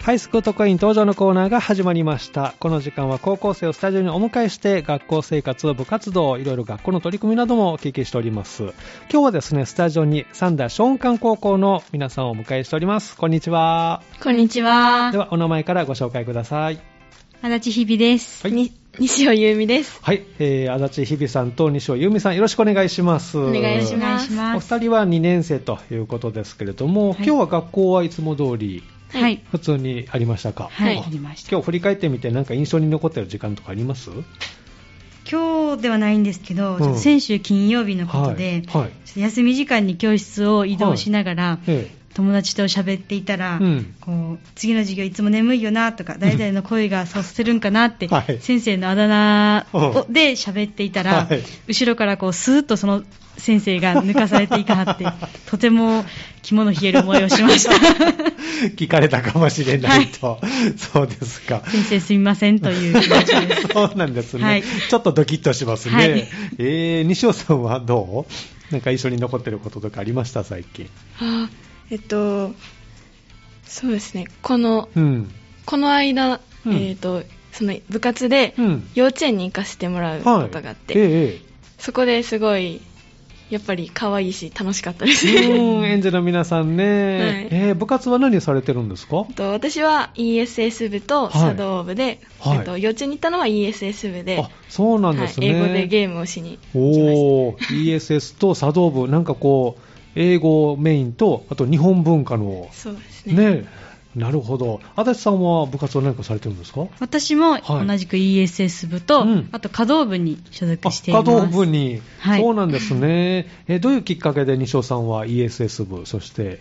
ハイスクートコイン登場のコーナーが始まりました。この時間は高校生をスタジオにお迎えして、学校生活、部活動、いろいろ学校の取り組みなどもお聞きしております。今日はですね、スタジオに三田松漢高校の皆さんをお迎えしております。こんにちは。こんにちはで。は、お名前からご紹介ください。足立日々です。はいに西尾由美です。はい、えー、足立日々さんと西尾由美さん、よろしくお願いします。お願いしまお願おいし二人は2年生ということですけれども、はい今日は学校はいつも通りすはい。普通にありましたか、はいあありました今日振り返ってみてなんか印象に残ってる時間とかあります今日ではないんですけど、うんちょっと先週金曜日のことで、はいはいちょっと休み時間に教室を移動しながら、え友達と喋っていたえら、うんこう次の授業いつも眠いよなとか、誰々の声がそうするんかなって、 はい先生のあだ名をうんで喋っていたら、はい後ろからこうスーッとその先生が抜かされていかはって、とても肝の冷える思いをしま した。聞かれたかもしれないと、そうですか先生すみませんという気持ちです。そうなんですね、はいちょっとドキッとしますね、はいえー、西尾さんはどうなんか印象に残ってることとかありました最近あえっとそうですねこのうんこの間、うんえっとその部活でうん幼稚園に行かせてもらうはいことがあって、ええええそこですごいやっぱり可愛いし楽しかったですうえ ーん、園児の皆さんね、はいえー部活は何されてるんですかっと私は ESS 部とはい茶道部で、はいえっと幼稚園に行ったのは ESS 部であそうなんですね、はい、英語でゲームをしに来ましおー ESS と茶道部、なんかこう、英語メインと、あと日本文化のた、そうですねね、なるほど、足立さんは部活は何かされてるんですか私もはい同じく ESS 部と、うんあと稼働部に所属していあます。華道部に、はいそうなんですね、えどういうきっかけで西尾さんは ESS 部、そして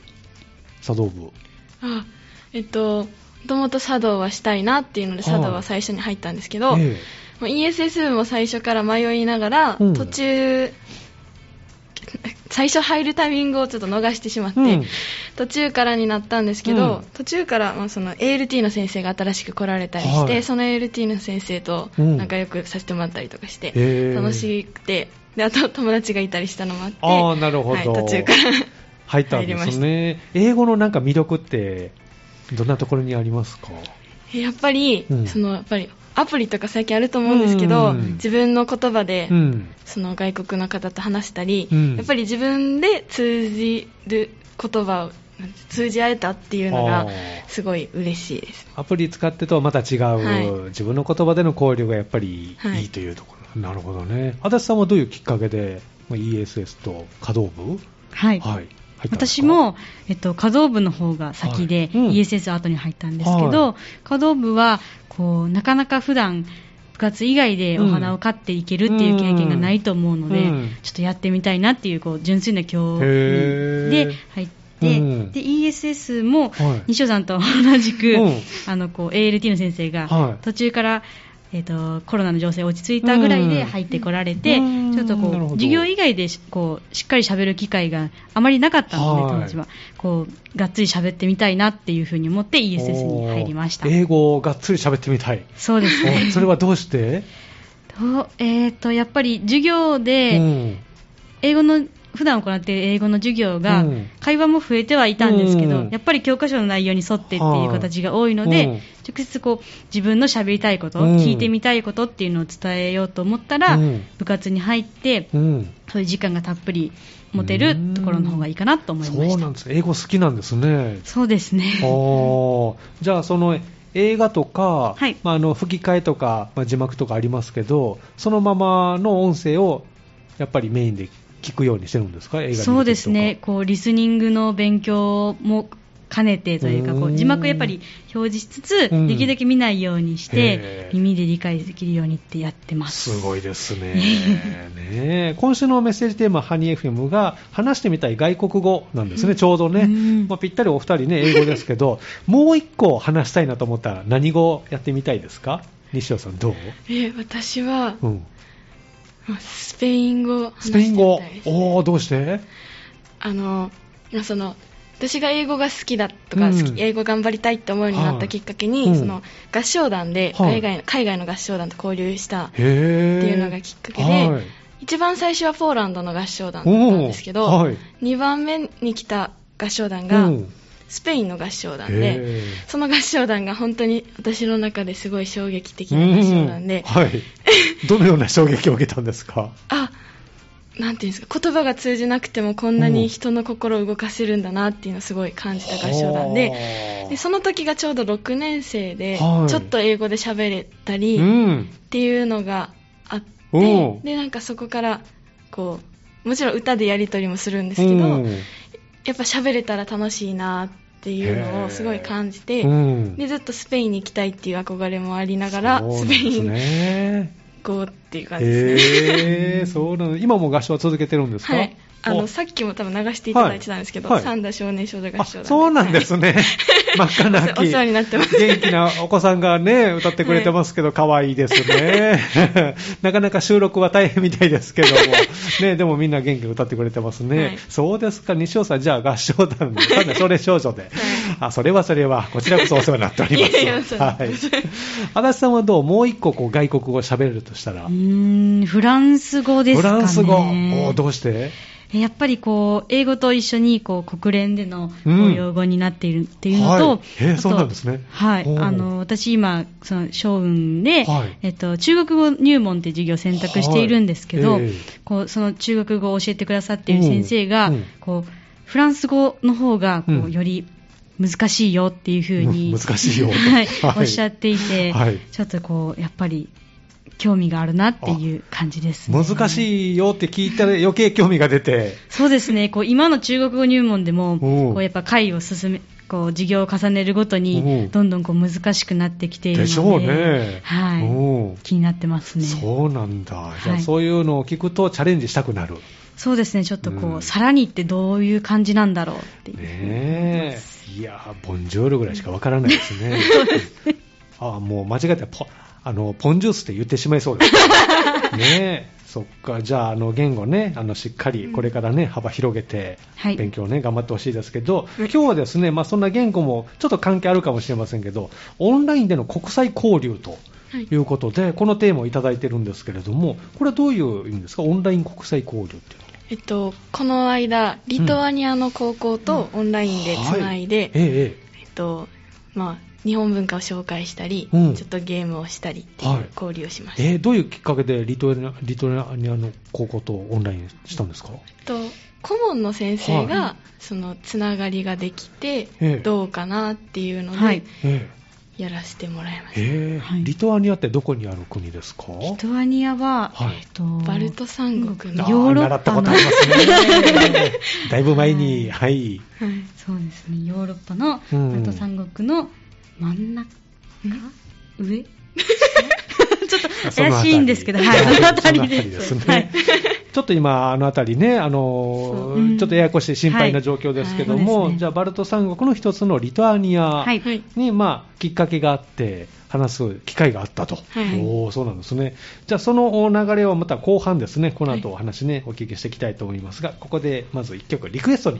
茶道部、あえっともともと茶道はしたいなっていうので茶道は最初に入ったんですけど、えもう ESS 部も最初から迷いながら、うん途中最初入るタイミングをちょっと逃してしまって、うん途中からになったんですけど、うん途中から、まあ、その ALT の先生が新しく来られたりして、はいその ALT の先生とうん仲良くさせてもらったりとかして、へー楽しくてであと友達がいたりしたのもあってあーなるほどはい、途中から入ったんで入りましすたね、英語のなんか魅力って、どんなところにありますかやっぱり、うんそのやっぱりアプリとか最近あると思うんですけど、うん自分の言葉で、うんその外国の方と話したり、うんやっぱり自分で通じる言葉をなんて通じ合えたっていうのあがーすごい嬉しいですアプリ使ってとはまた違う、はい自分の言葉での交流がやっぱりはいいいというところ、なるほどね足立さんはどういうきっかけでまあ ESS と稼働部、はい。はい入ったんです私かも、えっと、稼働部の方が先で、はいうん ESS は後に入ったんですけど、は稼働部は、こう、なかなか普段、部活以外でお花を買っていけるっていう経験がないと思うので、うんちょっとやってみたいなっていう、こう、純粋な興味へーで入って、うんで、ESS もはい、西尾さんと同じく、うんあの、こう、ALT の先生はがい、途中から、えっとコロナの情勢落ち着いたぐらいで入ってこられて、うんちょっとうこんうなるほど授業以以外でしこうしっかり喋る機会があまりなかったので、はい当時はこうがっつり喋ってみたいなっていうふうに思って ESS に入りましたおー英語をがっつり喋ってみたいそうですねおそれはどうして、と,、えー、とやっぱり授業で、うん英語の普段行っている英語の授業が、うん会話も増えてはいたんですけど、うんやっぱり教科書の内容に沿ってっていう形が多いので、はいうん直接こう自分の喋りたいこと、うん聞いてみたいことっていうのを伝えようと思ったら、うん部活に入って、うんそういう時間がたっぷり持てるところの方がいいかなと思いました。そうなんです英語好きなんですねそうですね。 おーじゃあその映画とか、はいまあ、あの吹き替えとか、まあ、字幕とかありますけどそのままの音声をやっぱりメインで聞くようにしてるんですか映画見る時とかそうですね。こうリスニングの勉強も兼ねてというか、うんこう字幕をやっぱり表示しつつ、うんできるだけ見ないようにしへてえ、耳で理解できるようにってやってます。すごいですねねえ今週のメッセージテーマ「ハニー FM」が話してみたい外国語なんですねちょうどね、うんまあ、ぴったりお二人ね英語ですけど もう一個話したいなと思ったら何語やってみたいですか西尾さんどう、え私はうん、まあスペイン語を話スしペてイン語みたいですおーどうしてあのまあその私が英語が好きだとか、うん好き英語頑張りたいって思うようになったきっかけに、はいうんその合唱団ではい海外,、海外の合唱団と交流したへえっていうのがきっかけではい一番最初はポーランドの合唱団だったんですけど、おーはい2番目に来た合唱団うが、んスペインの合唱団で、へその合唱団が本当に私の中ですごい衝撃的ーな合唱団で、うんはい。どのような衝撃を受けたんですかあなんていうんですか言葉が通じなくてもこんなに人の心を動かせるんだなっていうのをすごい感じた合唱団ではあでその時がちょうど6年生で、はいちょっと英語で喋れたりうっん。ていうのがあっおてうでなんかそこからこうもちろん歌でやり取りもするんですけど、うんやっぱ喋れたら楽しいなっていうのをすごい感じて、うんでずっとスペインに行きたいっていう憧れもありながら、スペイそうなんンですね。行こうっていう感じですね。へ ー、そうなの。今も合唱は続けてるんですかはい、あおのさっきも多分流していただいてたんですけど、はいはい三田少年少女合あ唱団そうなんではすね。真っ赤なき。お世話になってます元気なお子さんがね、歌ってくれてますけど、可愛いです ね。なかなか収録は大変みたいですけども。ね、でもみんな元気に歌ってくれてますね。はいそうですか、西尾さん、じゃあ合唱団で、三田少年少女で。あ、それはそれは、こちらこそお世話になっております。いやいやそうはい。足立さんはどうもう一個こう外国語を喋れるとしたら。うーん、フランス語ですフかね。ランス語。おどうしてえやっぱりこう、英語と一緒にこう国連での公うん用語になっているっていうのと、はいへえあとそうなんですねはいお。うあの、私今、その、小雲で、はいえっと、中国語入門っていう授業を選択しているんですけど、はいええこう、その中国語を教えてくださっている先生が、うんうんこう、フランス語の方が、こう、うんより難しいよっていうふうに、うん 難しいよ はいはい。おっしゃっていて、はいちょっとこう、やっぱり、興味があるなっていう感じです、ね。難しいよって聞いたら余計興味が出て。そうですね、こう今の中国語入門でも、おうこうやっぱ回を進め、こう授業を重ねるごとおうに、どんどんこう難しくなってきているのでで、しょうね。はい、うん気になってますね。そうそうなんだ。じゃあ、はいそういうのを聞くとチャレンジしたくなる。ですね、ちょっとこう、うんさらにってどういう感じなんだろうっていう。ねえ。いやー、ボンジョールぐらいしかわからないです ね。あーもう間違えてポ、あの、ポンジュースって言ってしまい そうです。ねえ。そっか。じゃあ、あの、言語ね、あの、しっかりこれからね、幅広げて、はい勉強ね、頑張ってほしいですけど、今日はですね、まあ、そんな言語もちょっと関係あるかもしれませんけど、オンラインでの国際交流と。いいうことで、このテーマをいただいてるんですけれども、これはどういう意味ですか、オンライン国際交流っていうのは。えっと、この間リトアニアの高校とオンラインでつないで、はいええええっとまあ、日本文化を紹介したり、うんちょっとゲームをしたりっていはいう交流をしました、ええーどういうきっかけでリトアニアリトアニアの高校とオンラインしたんですか、えっと顧問の先生が、はそのつながりができて、ええどうかなっていうのはでいえやらせてもらいまえしええはいリトアニアってどこにある国ですかリトアニアは、はいえっと、た、バルト三国の、あはヨーロッパの習ったことあります ね。だいぶ前に、はい。い、そうですね、ヨーロッパの、うんバルト三国の真ん中、上 ち ょっとその辺り怪しいんですけど、はい、その辺りでそす。の辺はりいですね。 ちょっと今、あの辺りね、あのそううんちょっとややこしい心配な状況ですけども、はいはいそうですねじゃあ、バルト三国の一つのリトアニアはいはいに、まあ、きっかけがあって、話す機会があったと、はいおーそうなんですね、じゃあ、その流れをまた後半ですね、この後お話ね、お聞きしていきたいと思いますが、ここでまず1曲、リクエストに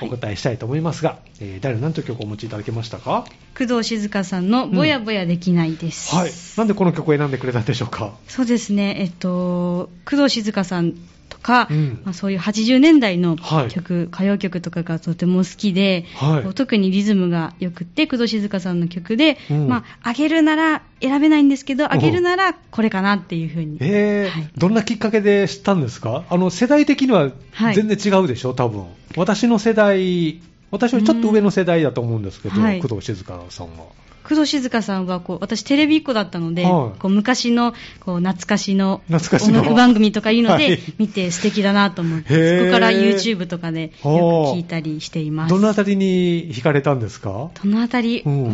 お答えしたいと思いますが、えー誰、何という曲をお持ちいただけましたか、工藤静香さんの、ぼやぼやできないです。はい、なんでこの曲を選んでくれたんでしょうか。そうですね、えっと、工藤静香さんとか、うんまあ、そういう80年代のはい曲、歌謡曲とかがとても好きで、はいこう特にリズムが良くって、工藤静香さんの曲で、うんまあ、上げるなら選べないんですけど、ん上げるならこれかなっていうふうに。えーはいどんなきっかけで知ったんですかあの世代的にははい全然違うでしょ、多分私の世代私よりちょっと上の世代だと思うんですけど、うんはい工藤静香さんは、工藤静香さんはこう私テレビっ子だったので、はいこう昔のこう懐かしの懐かしの音楽番組とかいうのはいで見て素敵だなと思って、へーそこから YouTube とかでよく聞いたりしています。どのあたりに惹かれたんですかどのあたり、うんうー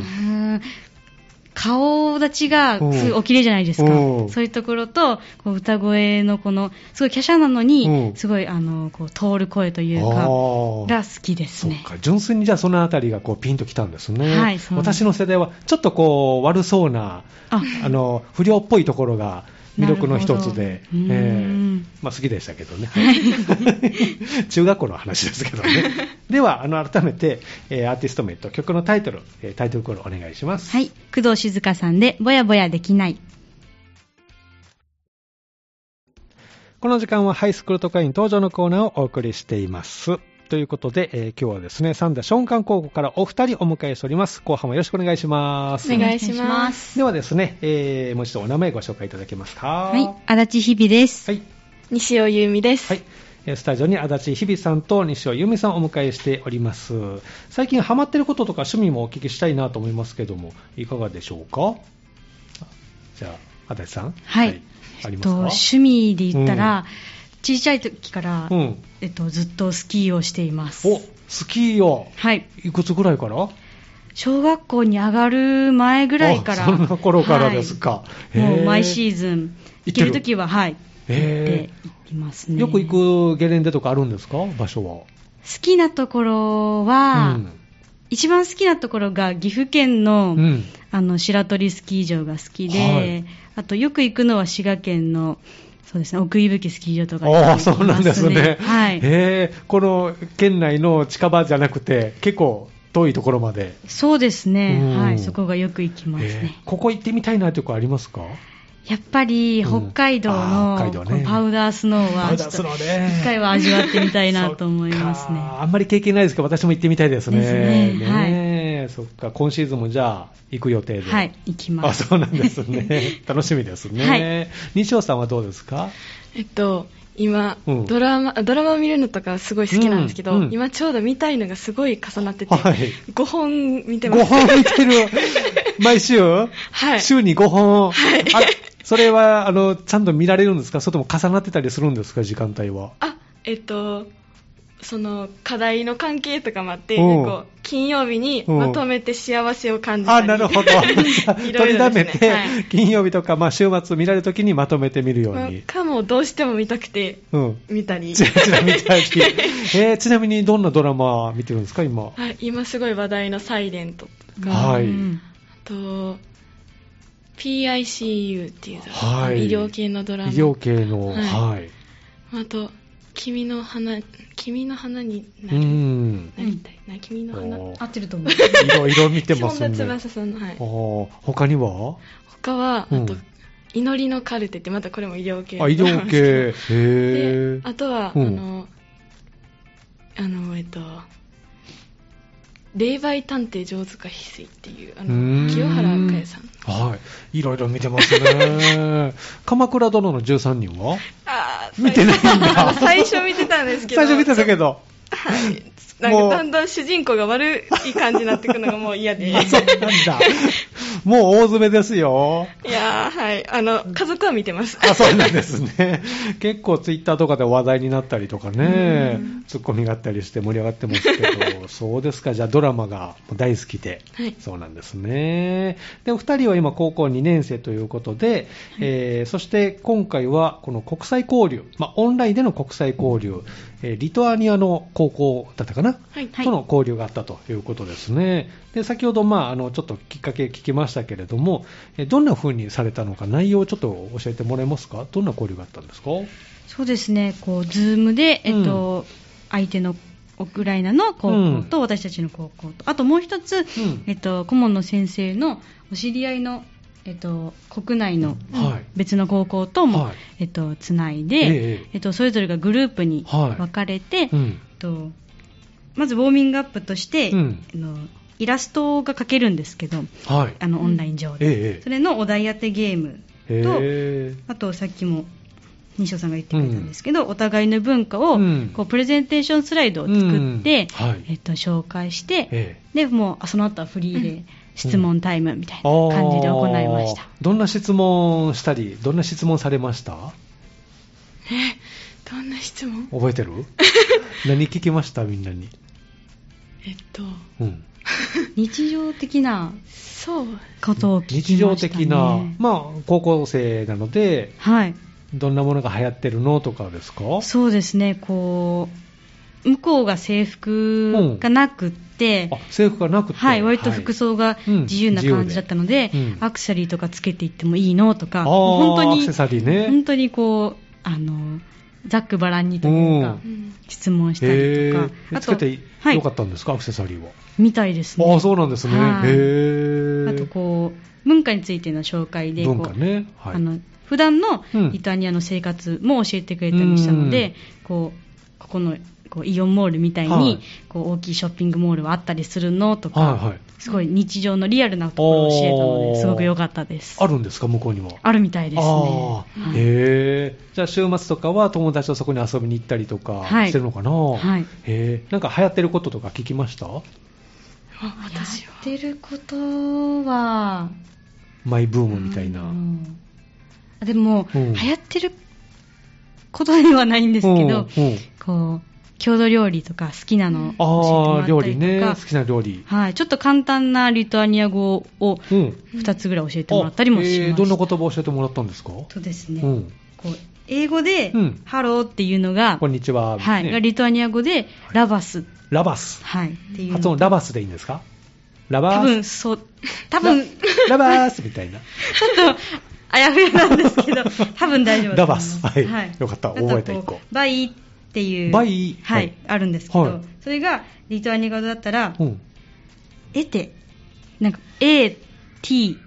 ん顔立ちがうんすごいお綺麗じゃないですかうん。そういうところと、こう歌声のこの、すごい華奢なのうんに、すごい、あの、こう、通る声というあか、ーが好きですそっね。か純粋にじゃあそのあたりがこうピンときたんですね、はいそうなんです私の世代はちょっとこう悪そうなあ、あの不良っぽいところが魅力の一つで、なるほどええうんまあ、好きでしたけどね、 中学校の話ですけどね、ではあの改めて、えーアーティスト名と曲のタイトル、えータイトルコールお願いします。はい。工藤静香さんで、ぼやぼやできない。。この時間はハイスクール特化員登場のコーナーをお送りしています。ということで、えー今日はですね、三田松漢高校からお二人お迎えしております。後半もよろしくお願いします。お願いしますではですね、えーもう一度お名前ご紹介いただけますか。ははい、足立日々です。はい。西尾由美です、はい。えースタジオに足立日々さんと西尾由美さんをお迎えしております。最近ハマってることとか趣味もお聞きしたいなと思いますけども、いかがでしょうかじゃあ、足立さん。はいありとます趣味で言ったら、小さい時から、かうん。えっと、ずっとスキーをしています。お、スキーを。はい。いくつぐらいから小学校に上がる前ぐらいから。あそんな頃からですか。はい。もう毎シーーズン、行っ行てけるる時は、はい。へで、行きますね。よく行くゲレンデとかあるんですか場所は。好きなところは、一番好きなところが岐阜県の、うん。うん。あの白鳥スキー場が好きで、はいあとよく行くのは滋賀県のそうですね奥伊吹スキー場とかにああ、行きますそうなんですね。はいへえ、この県内の近場じゃなくて、結構遠いところまで。そうですね、うんはい、そこがよく行きますへえね。ここ行ってみたいなというとこありますかやっぱりうん北海道ああの北海道ねこのパウダースノーパはウダースノーね一回は味わってみたいなと思いまそすっかね。あんまり経験ないですけど、私も行ってみたいですね。ですねねえそっか、今シーズンもじゃあ行く予定で。はい、行きまあ、す。そうなんですね。 楽しみですね。はい西尾さんはどうですかえっと今、うんドラマドラマ見るのとかすごい好きなんですけど、うんうん今ちょうど見たいのがすごい重なってて、はい。 5本見てます5本見てる。 毎週はい週に5本。あそれは、あの、ちゃんと見られるんですかそれとも重なってたりするんですか時間帯は。あえっとその課題の関係とかもあってうんこう金曜日にうんまとめて幸せを感じたあ、りなる ほど。い ろ取りいろだですねめて、 はい金曜日とか、まあ、週末見られるときにまとめて見るようまあに。かもどうしても見たくてうん。 見たりちちなみに、えーちなみにどんなドラマ見てるんですか、今。はい今すごい話題の「サイレントとかはいうんあと PICU っていうドラマ、はい医療系のドラマ医療系の、はいはい。あと君の花君の花になうる、ん。なりたいな君の花おー合ってると思う。いろいろ見てますそんなね。翼さんのはいおー他には他は、うんあと祈りのカルテってまたこれも医療系あ、医療系。へ でえ。あとは、うんあのあのえっと霊媒探偵上塚翡翠っていうあうーんの清原かやさんはい。いろいろ見てます ね。鎌倉殿の13人はあー見てないんだ最初 見てたんですけど最初見てたけど。なんかもうだんだん主人公が悪い感じになってくのがもう嫌で いあ、そうなんだ。もう大詰めですよ。やーはいあの家族は見てますあ、そうなんですね。結構ツイッターとかで話題になったりとかね、ツッコミがあったりして盛り上がってますけ ど、そうですか、じゃあドラマが大好きで。はいそうなんですね。で、お二人は今高校2年生ということで、えーそして今回はこの国際交流、まあ、オンラインでの国際交流、えーリトアニアの高校だったかな、はいとの交流があったということですね。で、先ほど、まあ、あの、ちょっときっかけ聞きましたけれども、えどんな風にされたのか、内容をちょっと教えてもらえますかどんな交流があったんですかそうですね、こう、ズームで、えっと、相手のウクライナの高校と、私たちの高校と、あともう一つ、んえっと、顧問の先生のお知り合いの、えっと、国内のはい。別の高校とも、はいえっと、つないえで、ええっと、それぞれがグループにはい分かれて、うえっん。と、まずウォーミングアップとして、うんあのイラストが描けるんですけどはい。あのオンライン上で、ええそれのお題当てゲームええとへあとさっきも西尾さんが言ってくれたんですけど、お互いの文化うをんこうプレゼンテーションスライドを作って、うんはいえっと、紹介して、ええでもうあその後はフリーで質問タイムみたいな感じで行いましたあー、どんな質問したり、どんな質問されましたどんな質問覚えて る何聞きましたみんなに。えっとうん。日常的なそうことを聞きました、ね、日常的な、まあ、高校生なので、はいどんなものが流行ってるのとかですかそうですねこう向こうが制服がなくって、あ制服がなくて、はい、割と服装が自由な感じだったので、うん自由でうんアクセサリーとかつけていってもいいのはとか、いもう本あー当アクにセ、サリーね本、当にこう、あの、ざっくばらんにというかう、うん質問したりへとかー、えつけてはいよかったんですか、アクセサリーは。みたいですああ、ね。そうなんですね。へはいーあとこう、文化についての紹介で、こう文化ね、はいあの普段のうんリトアニアの生活も教えてくれたりしたので、こうここのこうイオンモールみたいに、はいこう大きいショッピングモールはあったりするのとか、はいはいすごい日常のリアルなところを教えたのおーですごく良かったですあるんですか向こうにもあるみたいですあねあー、へえ。じゃあ週末とかは友達とそこに遊びに行ったりとかはいしてるのかな、はいへえ。なんか流行ってることとか聞きましたあ私はやってることはマイブームみたいな。うんあでも、うん流行ってることではないんですけど、うんうんこう郷土料理とか好きなのあ教あ、えて料もらったり理とか、ね。好きな料理。はい、ちょっと簡単なリトアニア語をうん。 2つぐらい教えてもらったりもしまあしへたえどんな言葉を教えてもらったんですか、とですね、うん。こう英語で、うんハローっていうのがこんにちは。はい、ねがリトアニア語で、ラバス、ラバス。はい、っていうの発音ラバスでいいんですかラバース。多分そう多分ちラバースみたいな。ょっとあやふやなんです けど多分大丈夫だと思いますラバスはいよかったあとこう覚えた一個バイっていうバイははいい、あるんですけど、はいそれがリトアニア語だったら、うん。エテなんか ATE っ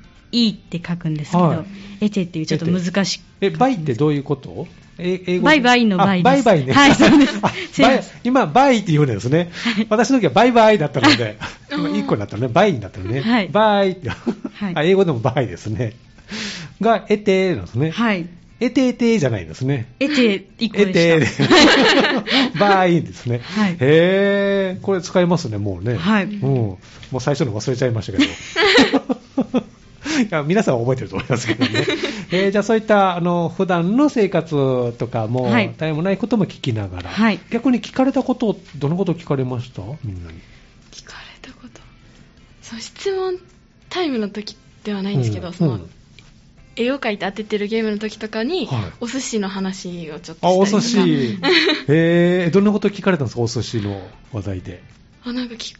て書くんですけど、はいエテっていうちょっと難しいえ、バイってどういうことえ英語でバイバイのバイですあバイバイね。はいそうで すあすいませんバイ今、バイって言うんですね。私の時はバイバイだったの で、今1個になったのね、バイになったのね。はいバイって、いあ英語でもバイですね。が、得てなんですね。はい得て得てじゃないんですね。エテ一個で得してたで バイです ね。はいへー、これ使いますね、もうね。 はいうん。もう最初の忘れちゃいましたけ ど。いや皆さんは覚えてると思いますけどね。えーじゃあそういった、あの、普段の生活とかも、はい誰もないことも聞きながら、はい逆に聞かれたこと、どのこと聞かれましたみんなに。聞かれたことその質問タイムの時ではないんですけど、その、うん絵を描いて当ててるゲームの時とかに、はいお寿司の話をちょっとしたりとかあ、お寿司。えーどんなこと聞かれたんですか、お寿司の話題で。あなんかき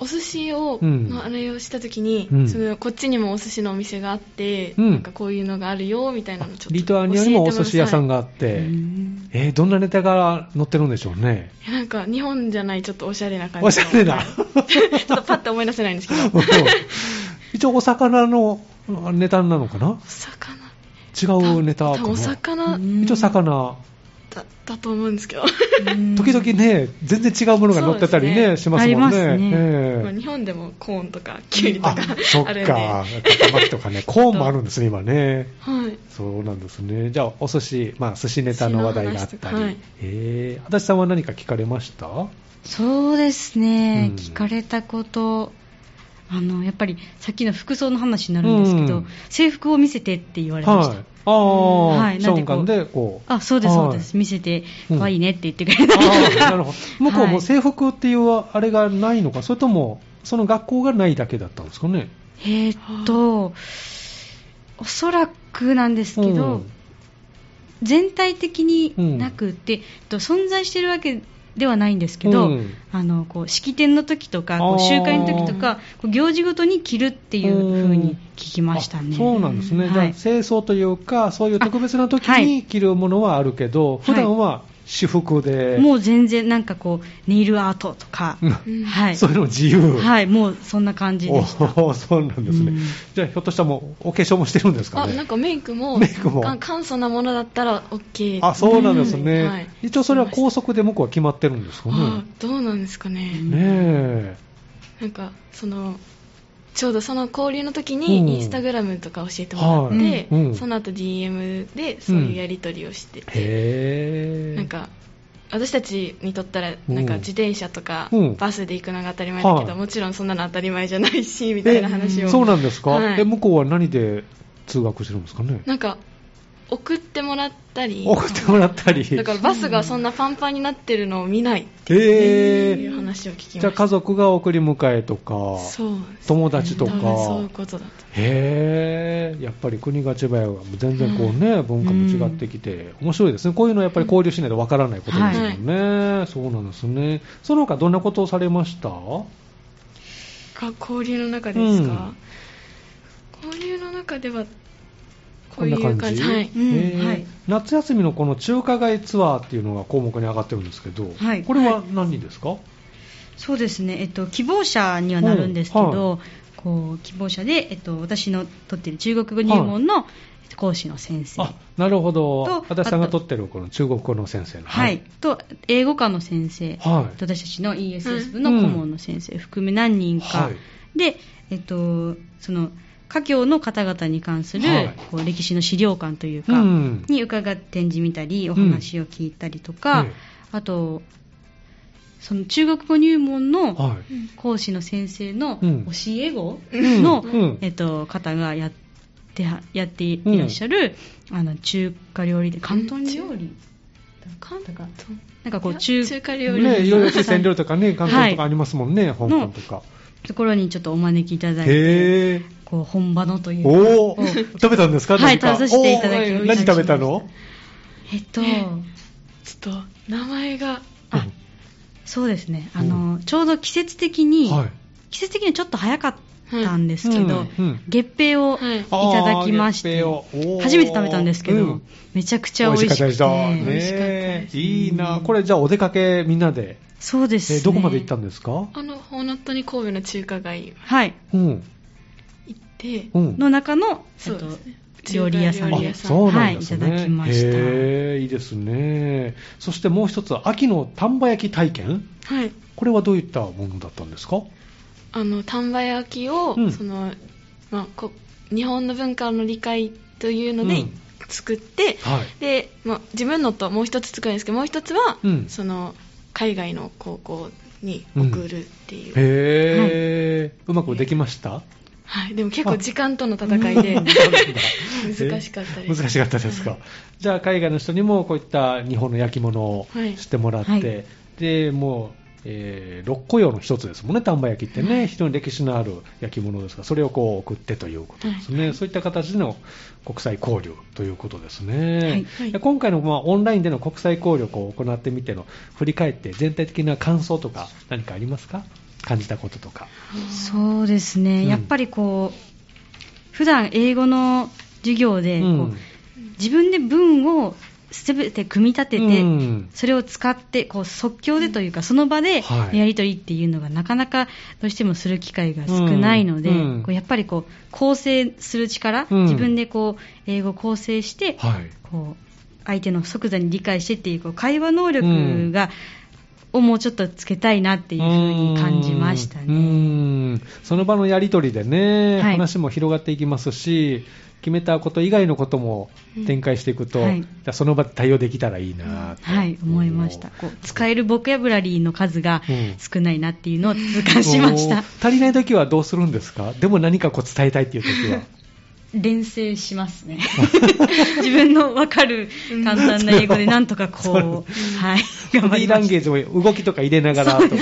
お寿司を、うんのあれをした時に、うんそのこっちにもお寿司のお店があって、うんなんかこういうのがあるよみたいなのちょっとリトアニアにもお寿司屋さんががあって。うんえーどんなネタが載ってるんでしょう ね。 なんか日本じゃないちょっとおしゃれな感じのおしゃれなはい ちょっとパッと思い出せないんです けどうん一応お魚のネタなのかなお魚違うネタか多な分お魚うん一応魚。だだと思うんですけど、うん時々ね、全然違うものが載ってたりね、しうまですすねもんね。ありますねまあええ日本でもコーンとかキュウリとあかそっあるんでか、肩巻きとか ね、コーンもあるんですね、今ね。はいそうなんですね。じゃあ、お寿司、まあ、寿司ネタの話題があっ寿司たのり。話はいえー足立さんは何か聞かれましたそうですね、うん聞かれたことあのやっぱりさっきの服装の話になるんですけど、うん制服を見せてって言われました、い。ああ、はいショなんーンでこうガンで、こう。あそうですはいそうです、見せてうん可愛いねって言ってくれた、ああ、なるほど。向こうはもい制服っていうあれがないのか、それとも、その学校がないだけだったんですかね。 えーっとおそらくなんですけど、うん全体的になくって、えっと存在してるわけではないんですけど、うんあのこう式典の時とかあーこう集会の時とかこう行事ごとに着るっていう風に聞きましたあね。そうなんですね。はいじゃあ、清掃というか、そういう特別な時あはいに着るものはあるけど、普段は私服で、もう全然なんかこうネイルアートとか、 うんうんはいそういうの自由。はいもうそんな感じおでした。ーそうなんですね。うんじゃあ、ひょっとしたらもう、お化粧もしてるんですかあね。なんかメイクもメイクもか簡素なものだったら OK あそうなんですね、うんはい一応それは校則で向こうは決まってるんですかね。あどうなんですかね、ねえ。なんかそのちょうどその交流の時うんにインスタグラムとか教えてもらって、はいうんその後 DM でそういうやり取りをしてて、へえ。なんか私たちにとったらなんかうん自転車とかうんバスで行くのが当たり前だけど、はいもちろんそんなの当たり前じゃないしみたいな話をそうなんですか、はいえ向こうは何で通学してるんですかねなんか送ってもらったり送ってもらったりだからバスがそんなパンパンになってるのを見ないってえいうー、話を聞きましたじゃあ家族が送り迎えとかそうです友達と多か分そういうことだとへえやっぱり国が違えば全然こうね、文化も違ってきて面白いですねこういうのはやっぱり交流しないとわからないことですもんね、そうなんですねその他どんなことをされましたが交流の中ですか、交流の中ではこういう感じはいへうんーはい夏休みのこの中華街ツアーっていうのが項目に上がってるんですけど、はいこれは何ですか、そうですね、えっと、希望者にはなるんですけうんど、こう希望者で、えっと、私の取っている中国語入門の、え講師の先生あなるほどと足立さんが取ってるこの中国語の先生のはい、と英語科の先生、はい私たちの ESS 部の顧問の先生含め何人か、はいで、えっと、その家教の方々に関する、はいこう歴史の資料館といううか、んに伺って展示見たりお話を聞いたりとか、うんあとその中学語入門のはうん講師の先生のう教んえ子いの、うんえっと、方がやってはやっていらっしゃる、あの中華料理で広東料理関東なんかこいうや中中華料理ねいろいろ四川料理とかね関東とかありますもんね、香港とかところにちょっとお招きいただいてへえこう本場のというかおおこう食べたんですかは何いか食べさせていただきおーお願いし何ました食べたのえっとちょっと名前があそうですねあのちょうど季節的に、はい季節的にはちょっと早かったんですけど、うんうん月餅をはいいただきまして、あー月餅をおー初めて食べたんですけど、うんめちゃくちゃ美味しくて美味しかった美で味ししかたったねでいいなこれじゃあお出かけみんなでそうです、ねえどこまで行ったんですかあの本当に神戸の中華街はいうん行ってうんの中の、えそっうとですね料理屋さん中華料あ理で屋さんそうなんですね、はいいただきましたへえいいですねそしてもう一つ秋の丹波焼き体験はいこれはどういったものだったんですかあの丹波焼きを、うんそのまあ、こ日本の文化の理解というのうでん作って、はいでまあ、自分のともう一つ作るんですけどもう一つは、うんその海外の高校に送るっていへう、え、うまくできましたはい、でも結構時間との戦い で 難しかったです難しかったですか、じゃあ海外の人にもこういった日本の焼き物をはいしてもらって、はいでもう、えー、六個用の一つですもんね丹波焼きってね、非常に歴史のある焼き物ですからそれをこう送ってということですね、そういった形での国際交流ということですね、はいはいで今回の、まあ、オンラインでの国際交流をこう行ってみての振り返って全体的な感想とか何かありますか感じたこととかそうですね、うんやっぱりこう普段英語の授業でこう、うん自分で文を全て組み立てて、うんそれを使ってこう即興でというか、その場ではいやり取りっていうのがなかなかどうしてもする機会が少ないので、うんうんこうやっぱりこう構成する力、うん自分でこう英語を構成して、はいこう相手の即座に理解してっていうこう会話能力が、をもうちょっとつけたいなっていうふうに感じましたうーね。んその場のやり取りでね、はい話も広がっていきますし、決めたこと以外のことも展開していくと、うんはいじゃあその場で対応できたらいいなと、はい、思いました。こう使えるボキャブラリーの数がうん少ないなっていうのを痛感しましおた。足りないときはどうするんですか、でも何かこう伝えたいっていうときは。連成します ね自分の分かる簡単な英語でなんとか こう、はい、 頑張フリりーラまンしゲージも動きとか入れながら とか、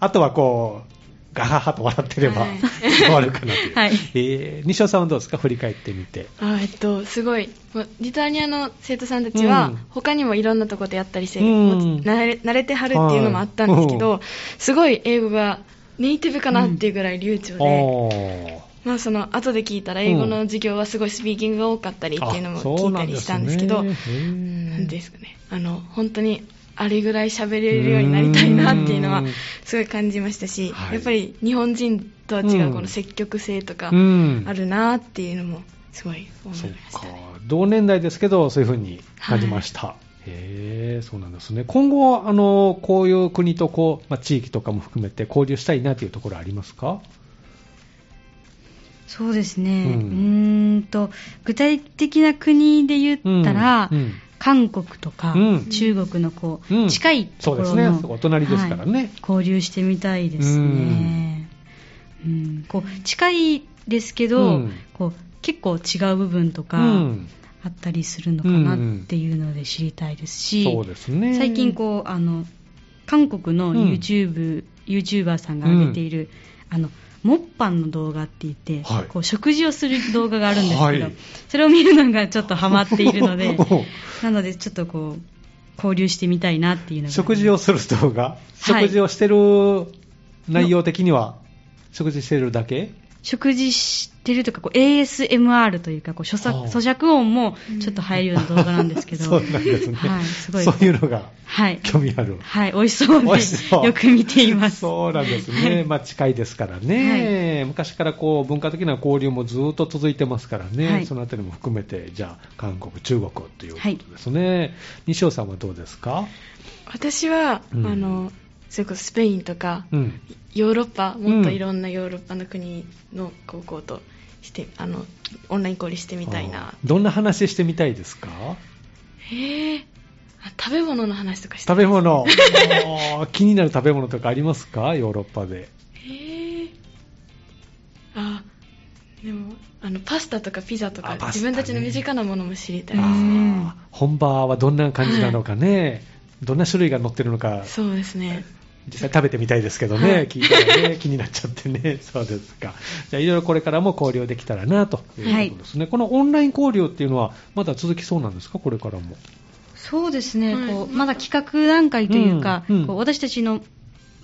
あとはこう、ガハハと笑ってればはい伝わるかなという。 はいえー西尾さんはどうですか振り返ってみて。あえっと、すごい、まリトアニアの生徒さんたちは、うん他にもいろんなとこでやったりして、うん慣れ慣れてはるっていうのもあったんですけど、はすごい英語がネイティブかなっていうぐらい流暢で、ーまあ、その後で聞いたら、英語の授業はすごいスピーキングが多かったりっていうのも聞いたりしたんですけあど、そう何なんですねへーですかね、あの本当にあれぐらい喋れるようになりたいなっていうのうはん、すごい感じましたし、はいやっぱり日本人とは違うんう、この積極性とかうんあるなっていうのも、すごい思いまそっしたかね。同年代ですけどそういうふうに感じました、へえそうなんですね今後あのこういう国とこう、まあ、地域とかも含めて交流したいなというところありますかたそうですね、ううんーん、と具体的な国で言ったら、うんうん韓国とか、うん中国のこう、うん近いところのそうですねお隣ですからね交流してみたいですね、うんこう近いですけど、うんこう結構違う部分とか、うんあったりするのかなっていうので知りたいですし、そうですね最近こうあの韓国のうん YouTube、YouTuber さんが上げている、あのモッパンの動画って言って、はいこう食事をする動画があるんですけど、はいそれを見るのがちょっとハマっているので おうなのでちょっとこう交流してみたいなっていうのが食事をする動画、はい食事をしてる内容的には食事してるだけ食事しってるというかこう ASMR というかこう咀ああ嚼咀嚼音もちょっと入るような動画なんですけ どそうなんですね。はい、すごいそういうのがはい、興味ある。はい、美味しそうで美味しそうよく見ていますそうなんですね。まあ近いですからね。昔からこう文化的な交流もずっと続いてますからね。はいそのあたりも含めて、じゃあ韓国、中国というこはいとですね。西尾さんはどうですか私は、うんあのそれこそスペインとかうん。ヨーロッパもっといろんなヨーロッパの国の高校として、あのオンライン交流してみたいあなーどんな話してみたいですかへえ食べ物の話とかして食べ 物。あー気になる食べ物とかありますかヨーロッパで。へえあでもあのパスタとかピザとあパかスタね自分たちの身近なものも知りたいうんであー本場はどんな感じなのかね。どんな種類が載ってるのかすそうですね実際食べてみたいですけどね、はい聞いたらね、気 になっちゃってね、 そうですか。じゃあ、いろいろこれからも交流できたらなということですね。このオンライン交流っていうのは、まだ続きそうなんですか、これからも。そうですね、はいこうまだ企画段階というか、うんうんこう私たちの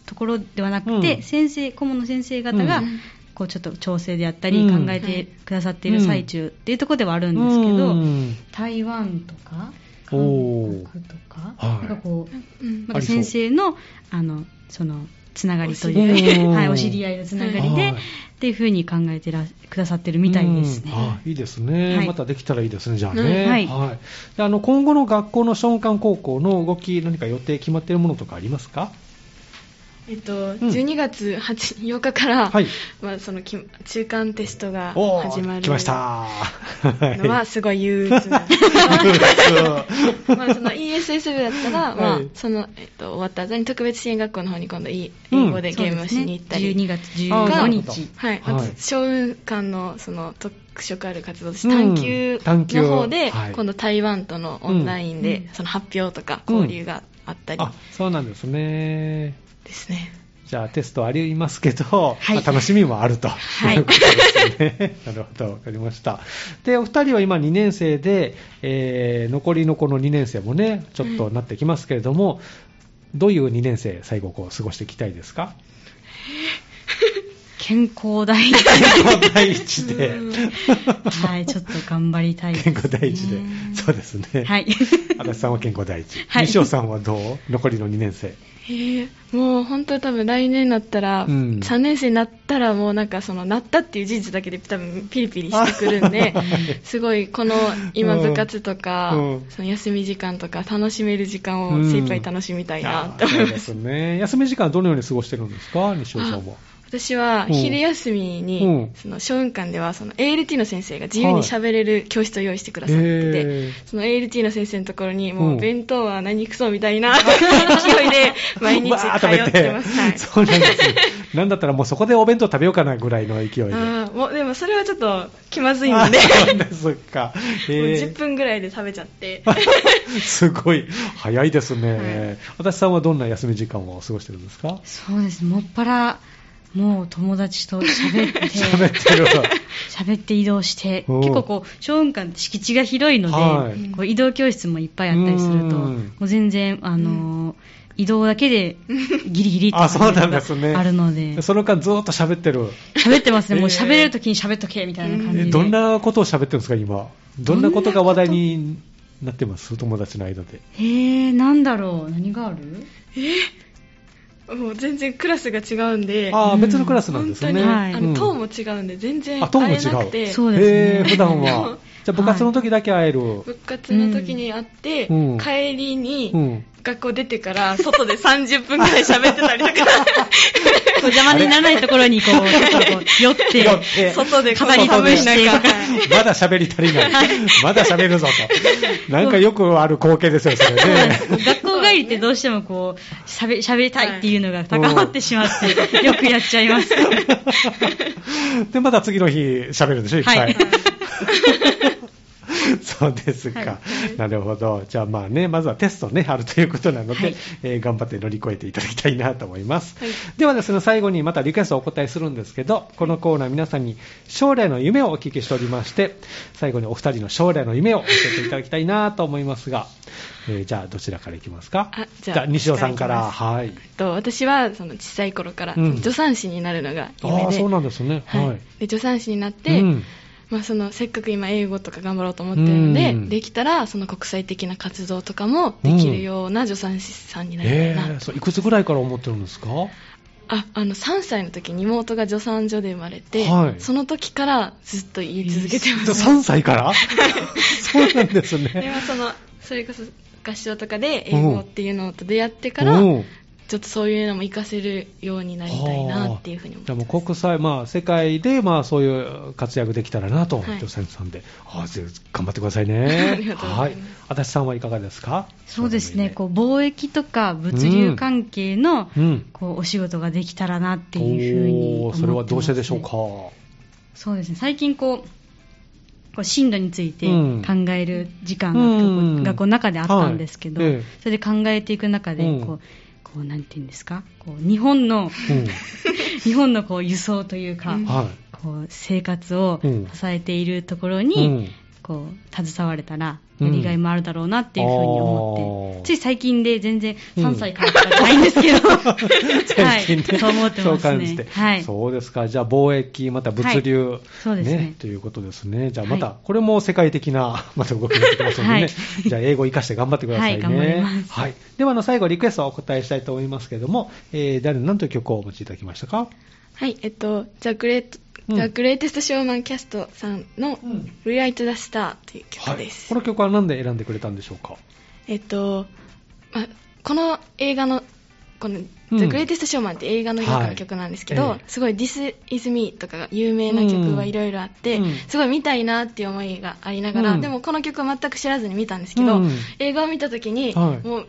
ところではなくうて、ん先生顧問の先生方が、うんこうちょっと調整であったり、うん考えてくださっていうるん最中っていうところではあるんですけど、うん台湾とか韓お国ーとか、はいなんかこううんまあたりそう先生のあのそのつながりとお知りい、合いう はい、お知り合いのつながりで、はいっていうふうに考えてらくださってるみたいですね。うんあいいですね、はいまたできたらいいですね、じゃあね。うんはいであの今後の学校のションカン高校の動き、何か予定決まっているものとかありますかえっと、12月8 8日から、はい。まあ、そのき中間テストがおー始まる来ました。 の ははすごい憂鬱ない。まあその ESS 部だったら、まあはいそのえっと、終わった後に特別支援学校の方に今度いうん英語でゲームをしに行ったり、 12月あ15なるほど日。はい、はいあと小雲館のその特色ある活動としうてん探求探求の方で、はい今度台湾とのオンラインうでんその発表とかうん交流があった りあ、そうなんですね。ですね。じゃあテストありますけど、はいまあ楽しみもあると、はいいうことですね。 なるほど、わかりました。で、お二人は今2年生で、えー残りのこの2年生もね、ちょっとなってきますけれども、どういう2年生、最後こう過ごしていきたいですか健康第一。健康第一で。はい、ちょっと頑張りたいです健ね。康第一で。そうですね。はい。足立さんは健康第一。はい西尾さんはどう残りの2年生。えーもう本当多分来年になったら、うん3年生になったらもうなんかそのなったっていう事実だけで多分ピリピリしてくる んですごいこの今部活とか、うんその休み時間とか楽しめる時間を精一杯楽しみたいなって思いあーそうます、ですね。休み時間はどのように過ごしてるんですか西尾さんは。私はうん昼休みに、うんその小雲館ではその ALT の先生が自由に喋れる教室を用意してくださってて、へーその ALT の先生のところにうもんう弁当は何くそみたいな 勢いで毎日わー通ってます。はいそうなんですね。なんだったらもうそこでお弁当食べようかなぐらいの勢いで。あーもうでもそれはちょっと気まずいので、 あそうですか。 もうえ10分ぐらいで食べち ゃって、ー、すごい、早いですね。私さんはどんな休み時間を過ごしてるんですかそうです。もっぱら、もう友達と喋って、喋ってるわ。 喋って移動して、おう結構こう、小雲館って敷地が広いので、はいこう移動教室もいっぱいあったりすると、うんもう全然、あのー移動だけでギリギリってあ、そうなん感ですじね。があるので、その間ずっと喋ってる。喋ってますね。もうえー喋れるときに喋っとけ、みたいな感じえで。どんなことを喋ってるんですか、今。どんなことが話題になってます友達の間で。えー、なんだろう。何がある もう全然クラスが違うんで、ああ、うん別のクラスなん本です当に、ね。はいあうんの党も違うんで、全然あ党も会違うえなくて、そうですねへー普段 は。じゃあ部活の時だけ会える。部活の時に会って、うん帰りに、うん。学校出てから外で30分ぐらい喋ってたりと かこう邪魔にならないところにこう、 ちょっとこう寄って、寄って外で飾りこう試して なんかまだ喋り足りない。まだ喋るぞと。なんかよくある光景ですよ、それね。学校帰りってどうしてもこう、しゃべりたいっていうのが高まってしまって、よくやっちゃい ます。 で、また次の日喋るんでしょ、いっぱはいい。そそうですか、はなるほど、じゃあまあね、まずはテストね、あるということなので、はいえー頑張って乗り越えていただきたいなと思います。はいではですね、最後にまたリクエストをお答えするんですけど、このコーナー皆さんに将来の夢をお聞きしておりまして、最後にお二人の将来の夢を教えていただきたいなと思いますが、えーじゃあどちらからいきますかあじゃあ西尾さんから、いただきはい。えっと私はその小さい頃からうん助産師になるのが夢で、ああ、そうなんですね。はい。はい、で助産師になって、うんまあ、そのせっかく今英語とか頑張ろうと思ってるので、うんできたらその国際的な活動とかもできるような助産師さんになりたいえな、ー、そういくつぐらいから思ってるんですかああの3歳の時に妹が助産所で生まれて、はいその時からずっと言い続けてます、 3歳から そうなんですそれね。はそのそれこそ合唱とかで英語っていうのと出会ってから、うんちょっとそういうのも活かせるようになりたいなっていうふうに思っじてゃあまもす。う国際、まあ、世界で、まあ、そういう活躍できたらなと、はい女性さんで、ああぜひ頑張ってくださいありねが。とうござはいいます。足立さんはいかがですかそうですね、ここう貿易とか物流関係の、うんうんこうお仕事ができたらなっていうふうに思ってます、ね、それはどうしてでしょうか。そうですね、最近こう、こう進路についてうん考える時間が、うん学校の中であったんですけど、はいええそれで考えていく中でこう、うんこうなんていうんですか、こう日本 の日本のこう輸送というか、うんうん、はこう生活をうん支えているところい。に、うんこう携われたらうんやりがいもあるだろうなっていうふうに思って、あーつい最近で全然うん3歳からじゃないんですけど、 は 最近い、ねそう思ってますね。そう感じて、はい、そそうですか、じゃあ貿易、また物流、うですねということですね、じゃあはまいた、これも世界的な また動きが出てますのでね、はいじゃあ英語を生かして頑張ってくださいね。はい頑張りますはいではあの最後、リクエストをお答えしたいと思いますけれども、えー、誰の何という曲をお持ちいただきましたか、はい、えっと、ザ・グレート、うんザ・グレイテスト・ショーマン・キャストさんの、リライト・ザ・スターという曲です。この曲は何で選んでくれたんでしょうか。えっと、まあ、この映画の、この、うんザ・グレイテスト・ショーマンって映画の中の曲なんですけど、はいええすごい This Is Me とかが有名な曲はいろいろあって、うんすごい見たいなっていう思いがありながら、うんでもこの曲は全く知らずに見たんですけど、うん映画を見た時に、はいもう、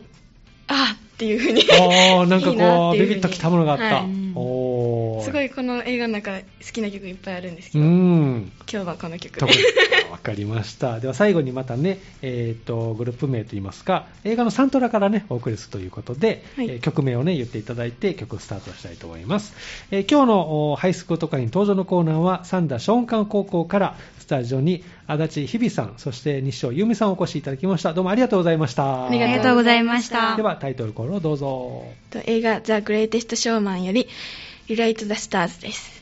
あーっていうふうに、ああ、なんかいいなこっう、ていうふうビにビッときたものがあった。はいおー すごいこの映画の中で好きな曲いっぱいあるんですけうど、今ん。日はこの曲特でに。わかりました。 では最後にまたね、えっ、と、グループ名といいますか、映画のサントラからね、お送りするということで、はいえー曲名をね、言っていただいて、曲スタートしたいと思います。えー今日のおハイスクールとかに登場のコーナーは、三田ショーン館高校から、スタジオに足立日比さん、そして西尾由美さんをお越しいただきました。どうもありがとうございました。ありがとうございましたではタイトルコールをどうぞ。と映画「ザ・グレイテスト・ショーマン」より「リライト・ザ・スターズ」です